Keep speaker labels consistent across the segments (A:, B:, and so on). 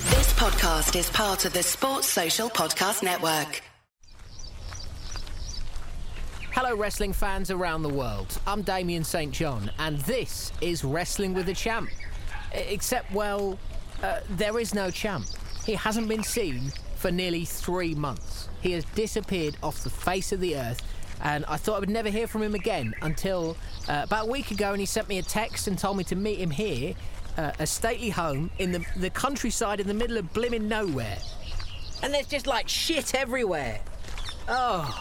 A: podcast is part of the Sports Social Podcast Network.
B: Hello, wrestling fans around the world. I'm Damien St. John, and this is Wrestling with a Champ. E- Except, well, uh, there is no champ. He hasn't been seen for nearly three months. He has disappeared off the face of the earth, and I thought I would never hear from him again until uh, about a week ago, and he sent me a text and told me to meet him here, uh, a stately home in the, the countryside in the middle of blimmin' nowhere. And there's just like shit everywhere. Oh.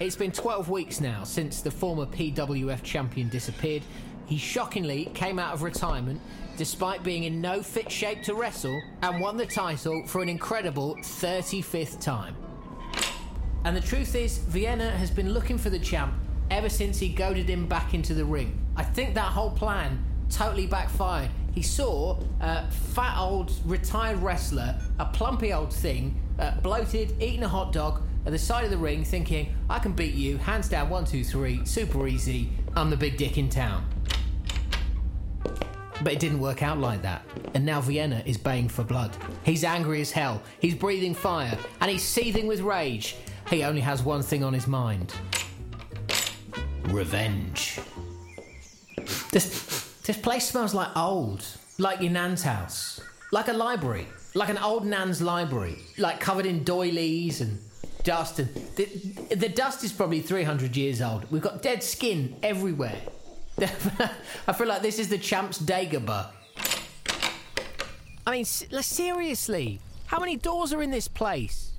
B: It's been 12 weeks now since the former PWF champion disappeared. He shockingly came out of retirement despite being in no fit shape to wrestle and won the title for an incredible 35th time. And the truth is, Vienna has been looking for the champ ever since he goaded him back into the ring. I think that whole plan totally backfired. He saw a fat old retired wrestler, a plumpy old thing, uh, bloated, eating a hot dog at the side of the ring, thinking, I can beat you, hands down, one, two, three, super easy, I'm the big dick in town. But it didn't work out like that. And now Vienna is baying for blood. He's angry as hell, he's breathing fire, and he's seething with rage. He only has one thing on his mind revenge. This, this place smells like old, like your nan's house, like a library, like an old nan's library, like covered in doilies and dust. And the, the dust is probably 300 years old. We've got dead skin everywhere. I feel like this is the champ's Dagobah. I mean, s- like, seriously, how many doors are in this place?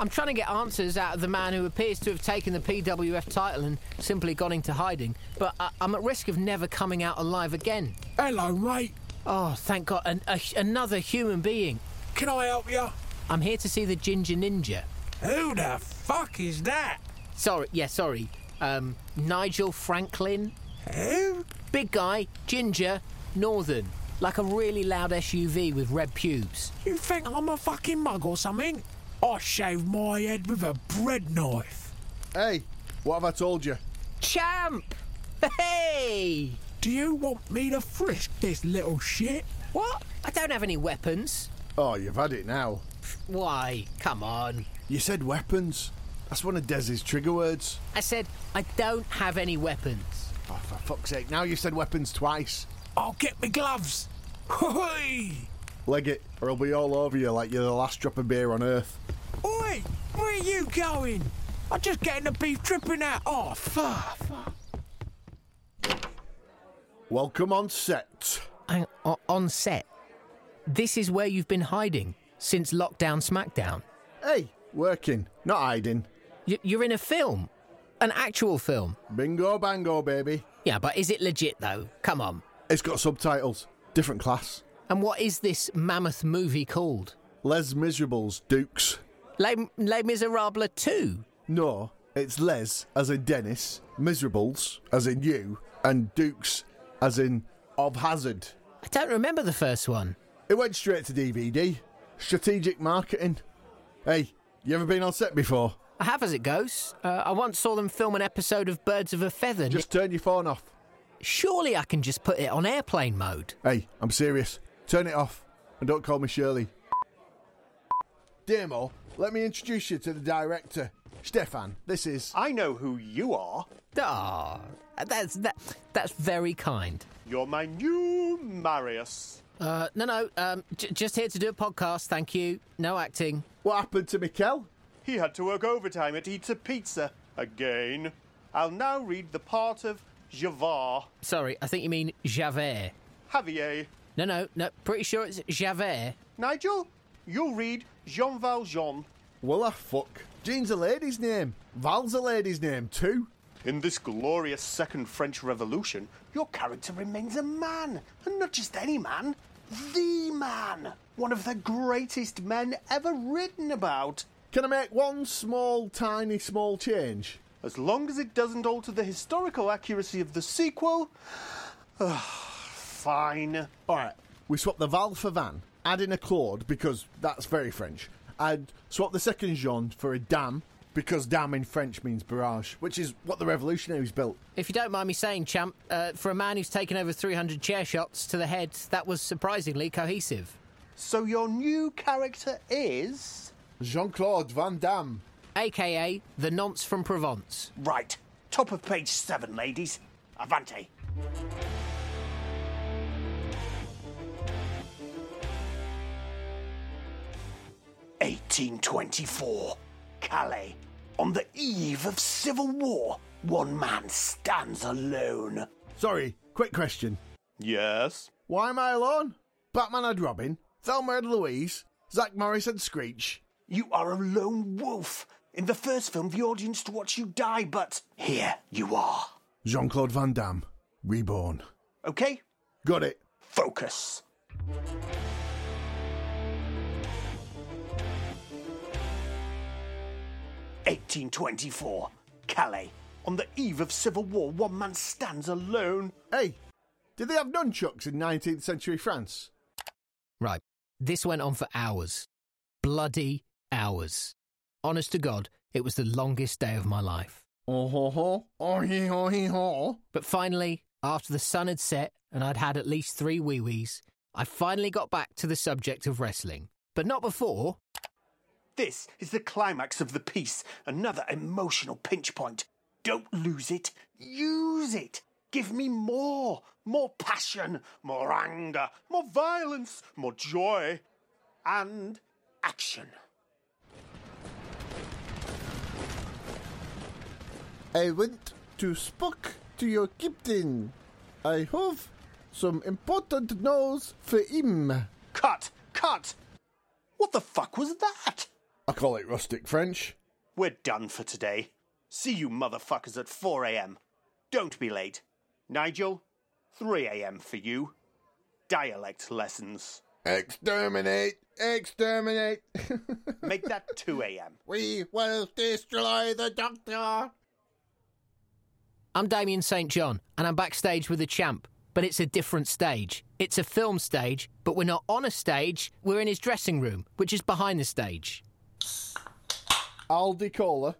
B: I'm trying to get answers out of the man who appears to have taken the PWF title and simply gone into hiding, but I- I'm at risk of never coming out alive again.
C: Hello, mate.
B: Oh, thank God, an- a, another human being.
C: Can I help you?
B: I'm here to see the Ginger Ninja.
C: Who the fuck is that?
B: Sorry, yeah, sorry. Um, Nigel Franklin?
C: Who?
B: Big guy, ginger, northern. Like a really loud SUV with red pubes.
C: You think I'm a fucking mug or something? I shave my head with a bread knife.
D: Hey, what have I told you?
B: Champ! Hey!
C: Do you want me to frisk this little shit?
B: What? I don't have any weapons.
D: Oh, you've had it now.
B: Why? Come on.
D: You said weapons. That's one of Dez's trigger words.
B: I said, I don't have any weapons.
D: Oh, for fuck's sake, now you've said weapons twice.
C: I'll get me gloves. Oi!
D: Leg it, or I'll be all over you like you're the last drop of beer on earth.
C: Oi! Where are you going? I'm just getting the beef dripping out. Oh, fuck.
D: Welcome on set.
B: Hang on, on set. This is where you've been hiding since lockdown SmackDown.
D: Hey, working, not hiding.
B: Y- You're in a film, an actual film.
D: Bingo bango, baby.
B: Yeah, but is it legit though? Come on.
D: It's got subtitles. Different class.
B: And what is this mammoth movie called?
D: Les Miserables, Dukes.
B: Les, Les Miserables 2.
D: No, it's Les as in Dennis, Miserables as in you, and Dukes as in of hazard.
B: I don't remember the first one.
D: It went straight to DVD. Strategic marketing. Hey, you ever been on set before?
B: I have as it goes. Uh, I once saw them film an episode of Birds of a Feather.
D: Just turn your phone off.
B: Surely I can just put it on airplane mode.
D: Hey, I'm serious. Turn it off and don't call me Shirley. Demo, let me introduce you to the director. Stefan, this is.
E: I know who you are.
B: Ah, that's that. That's very kind.
E: You're my new Marius.
B: Uh, no, no, um, j- just here to do a podcast. Thank you. No acting.
D: What happened to Mikel?
E: He had to work overtime at Eats a Pizza again. I'll now read the part of Javar,
B: Sorry, I think you mean Javert.
E: Javier.
B: No, no, no. Pretty sure it's Javert.
E: Nigel, you'll read Jean Valjean.
D: Well, I fuck. Jean's a lady's name. Val's a lady's name, too.
E: In this glorious Second French Revolution, your character remains a man, and not just any man, the man, one of the greatest men ever written about.
D: Can I make one small, tiny, small change?
E: As long as it doesn't alter the historical accuracy of the sequel. fine.
D: All right, we swap the Val for Van, add in a Claude because that's very French. I'd swap the second Jean for a Dam because dam in French means barrage, which is what the revolutionaries built.
B: If you don't mind me saying, champ, uh, for a man who's taken over 300 chair shots to the head, that was surprisingly cohesive.
E: So your new character is.
D: Jean Claude Van Damme.
B: AKA the nonce from Provence.
E: Right. Top of page seven, ladies. Avante. Eighteen twenty-four, Calais. On the eve of civil war, one man stands alone.
D: Sorry, quick question.
E: Yes.
D: Why am I alone? Batman had Robin, Thelma had Louise, Zach Morris had Screech.
E: You are a lone wolf. In the first film, the audience to watch you die, but here you are.
D: Jean Claude Van Damme, reborn.
E: Okay?
D: Got it.
E: Focus. 1824, Calais. On the eve of civil war, one man stands alone.
D: Hey, did they have nunchucks in 19th century France?
B: Right. This went on for hours. Bloody hours. Honest to God, it was the longest day of my life.
D: Oh ho ho, oh he ho he ho.
B: But finally, after the sun had set and I'd had at least three wee wees, I finally got back to the subject of wrestling. But not before.
E: This is the climax of the piece, another emotional pinch point. Don't lose it, use it. Give me more, more passion, more anger, more violence, more joy, and action.
D: I went to speak to your captain. I have some important news for him. I
E: Cut, cut! What the fuck was that?
D: call it rustic French.
E: We're done for today. See you motherfuckers at 4 a.m. Don't be late. Nigel, 3 a.m. for you. Dialect lessons.
D: Exterminate! Exterminate!
E: Make that 2 a.m.
D: we will destroy the doctor!
B: I'm Damien St. John, and I'm backstage with the champ, but it's a different stage. It's a film stage, but we're not on a stage, we're in his dressing room, which is behind the stage.
D: Aldi Cola.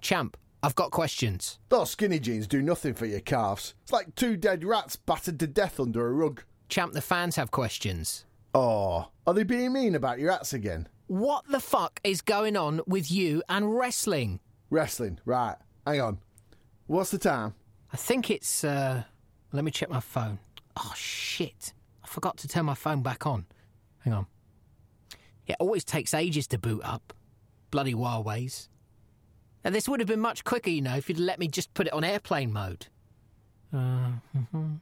B: Champ, I've got questions.
D: Those skinny jeans do nothing for your calves. It's like two dead rats battered to death under a rug.
B: Champ, the fans have questions.
D: Oh, are they being mean about your rats again?
B: What the fuck is going on with you and wrestling?
D: Wrestling, right. Hang on. What's the time?
B: I think it's. Uh, let me check my phone. Oh shit! I forgot to turn my phone back on. Hang on. It always takes ages to boot up. Bloody Huawei's. Now this would have been much quicker, you know, if you'd let me just put it on airplane mode. mm-hmm. Uh, mhm.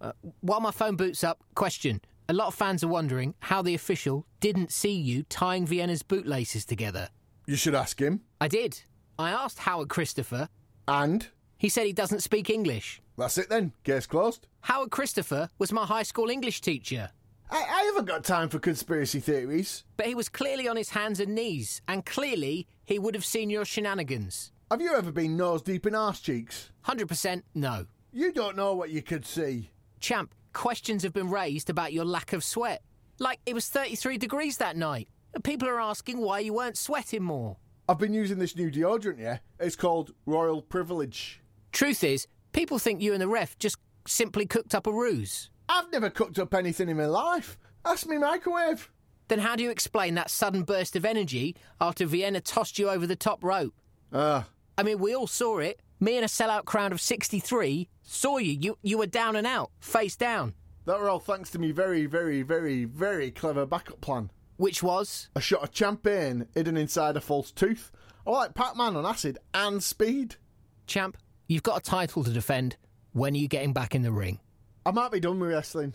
B: Uh, while my phone boots up, question. A lot of fans are wondering how the official didn't see you tying Vienna's bootlaces together.
D: You should ask him.
B: I did. I asked Howard Christopher.
D: And?
B: He said he doesn't speak English.
D: That's it then. Case closed.
B: Howard Christopher was my high school English teacher,
D: I, I haven't got time for conspiracy theories.
B: but he was clearly on his hands and knees, and clearly he would have seen your shenanigans.
D: Have you ever been nose deep in arse cheeks?
B: 100% no.
D: You don't know what you could see.
B: Champ, questions have been raised about your lack of sweat. Like, it was 33 degrees that night, and people are asking why you weren't sweating more.
D: I've been using this new deodorant, yeah? It's called Royal Privilege.
B: Truth is, people think you and the ref just simply cooked up a ruse.
D: I've never cooked up anything in my life. Ask me microwave.
B: Then how do you explain that sudden burst of energy after Vienna tossed you over the top rope?
D: Ah,
B: I mean, we all saw it. Me and a sellout crowd of 63 saw you. You, you were down and out, face down,
D: that were all thanks to me very, very, very, very clever backup plan.
B: which was
D: A shot of champagne hidden inside a false tooth. I like Pac-Man on acid and speed.
B: champ. You've got a title to defend. When are you getting back in the ring?
D: I might be done with wrestling.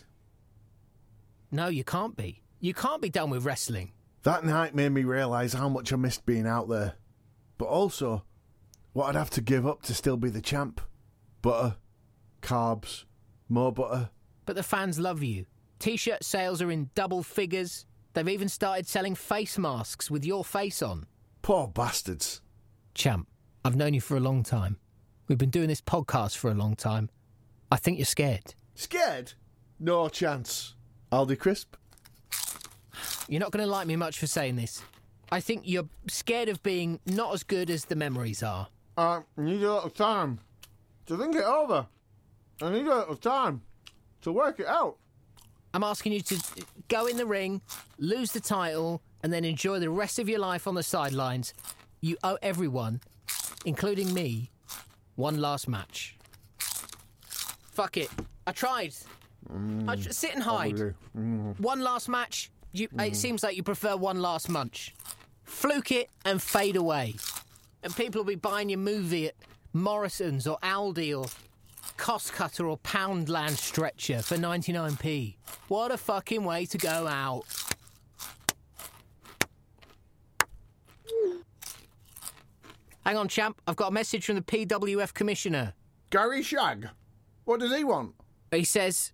B: No, you can't be. You can't be done with wrestling.
D: That night made me realise how much I missed being out there, but also what I'd have to give up to still be the champ. Butter, carbs, more butter.
B: But the fans love you. T-shirt sales are in double figures. They've even started selling face masks with your face on.
D: Poor bastards.
B: Champ, I've known you for a long time. We've been doing this podcast for a long time. I think you're scared.
D: Scared? No chance. Aldi Crisp.
B: You're not going to like me much for saying this, I think you're scared of being not as good as the memories are.
D: I need a little time to think it over. I need a little time to work it out.
B: I'm asking you to go in the ring, lose the title, and then enjoy the rest of your life on the sidelines. You owe everyone, including me, one last match. Fuck it. I tried. I tr- sit and hide.
D: Probably.
B: One last match. You, It seems like you prefer one last munch. Fluke it and fade away. And people will be buying your movie at Morrison's or Aldi or cost cutter or Poundland stretcher for 99p. What a fucking way to go out. Hang on, champ. I've got a message from the PWF commissioner.
D: Gary Shag, what does he want?
B: He says,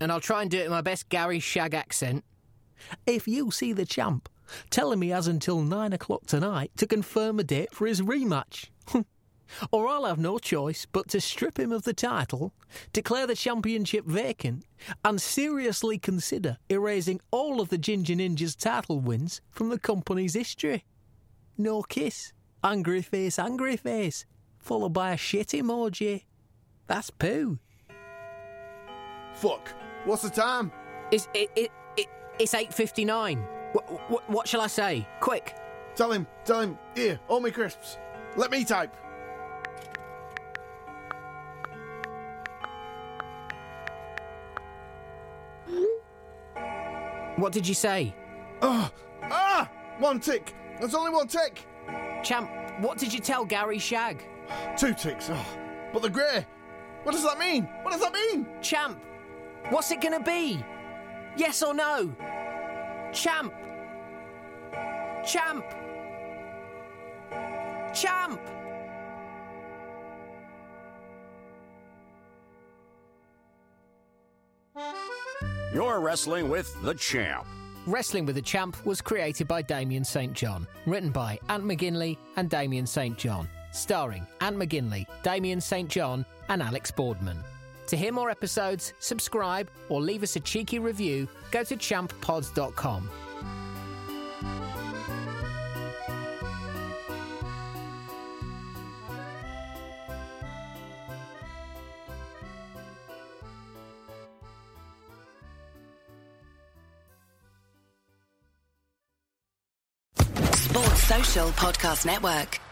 B: and I'll try and do it in my best Gary Shag accent. If you see the champ, tell him he has until nine o'clock tonight to confirm a date for his rematch. or I'll have no choice but to strip him of the title, declare the championship vacant, and seriously consider erasing all of the Ginger Ninja's title wins from the company's history. No kiss, angry face, angry face, followed by a shit emoji. That's poo.
D: Fuck. What's the time?
B: It's it, it, it it's eight fifty nine. What, what what shall I say? Quick!
D: Tell him, tell him, here, all my crisps. Let me type.
B: What did you say,
D: Ah, ah! One tick. That's only one tick.
B: champ? What did you tell Gary Shag,
D: Two ticks. Oh, but the grey. What does that mean? What does that mean?
B: champ? What's it gonna be? Yes or no, champ? Champ? Champ?
F: You're wrestling with the champ.
B: Wrestling with a Champ was created by Damien St. John, written by Ant McGinley and Damien St. John, starring Ant McGinley, Damien St. John, and Alex Boardman. To hear more episodes, subscribe, or leave us a cheeky review, go to champpods.com.
A: Sports Social Podcast Network.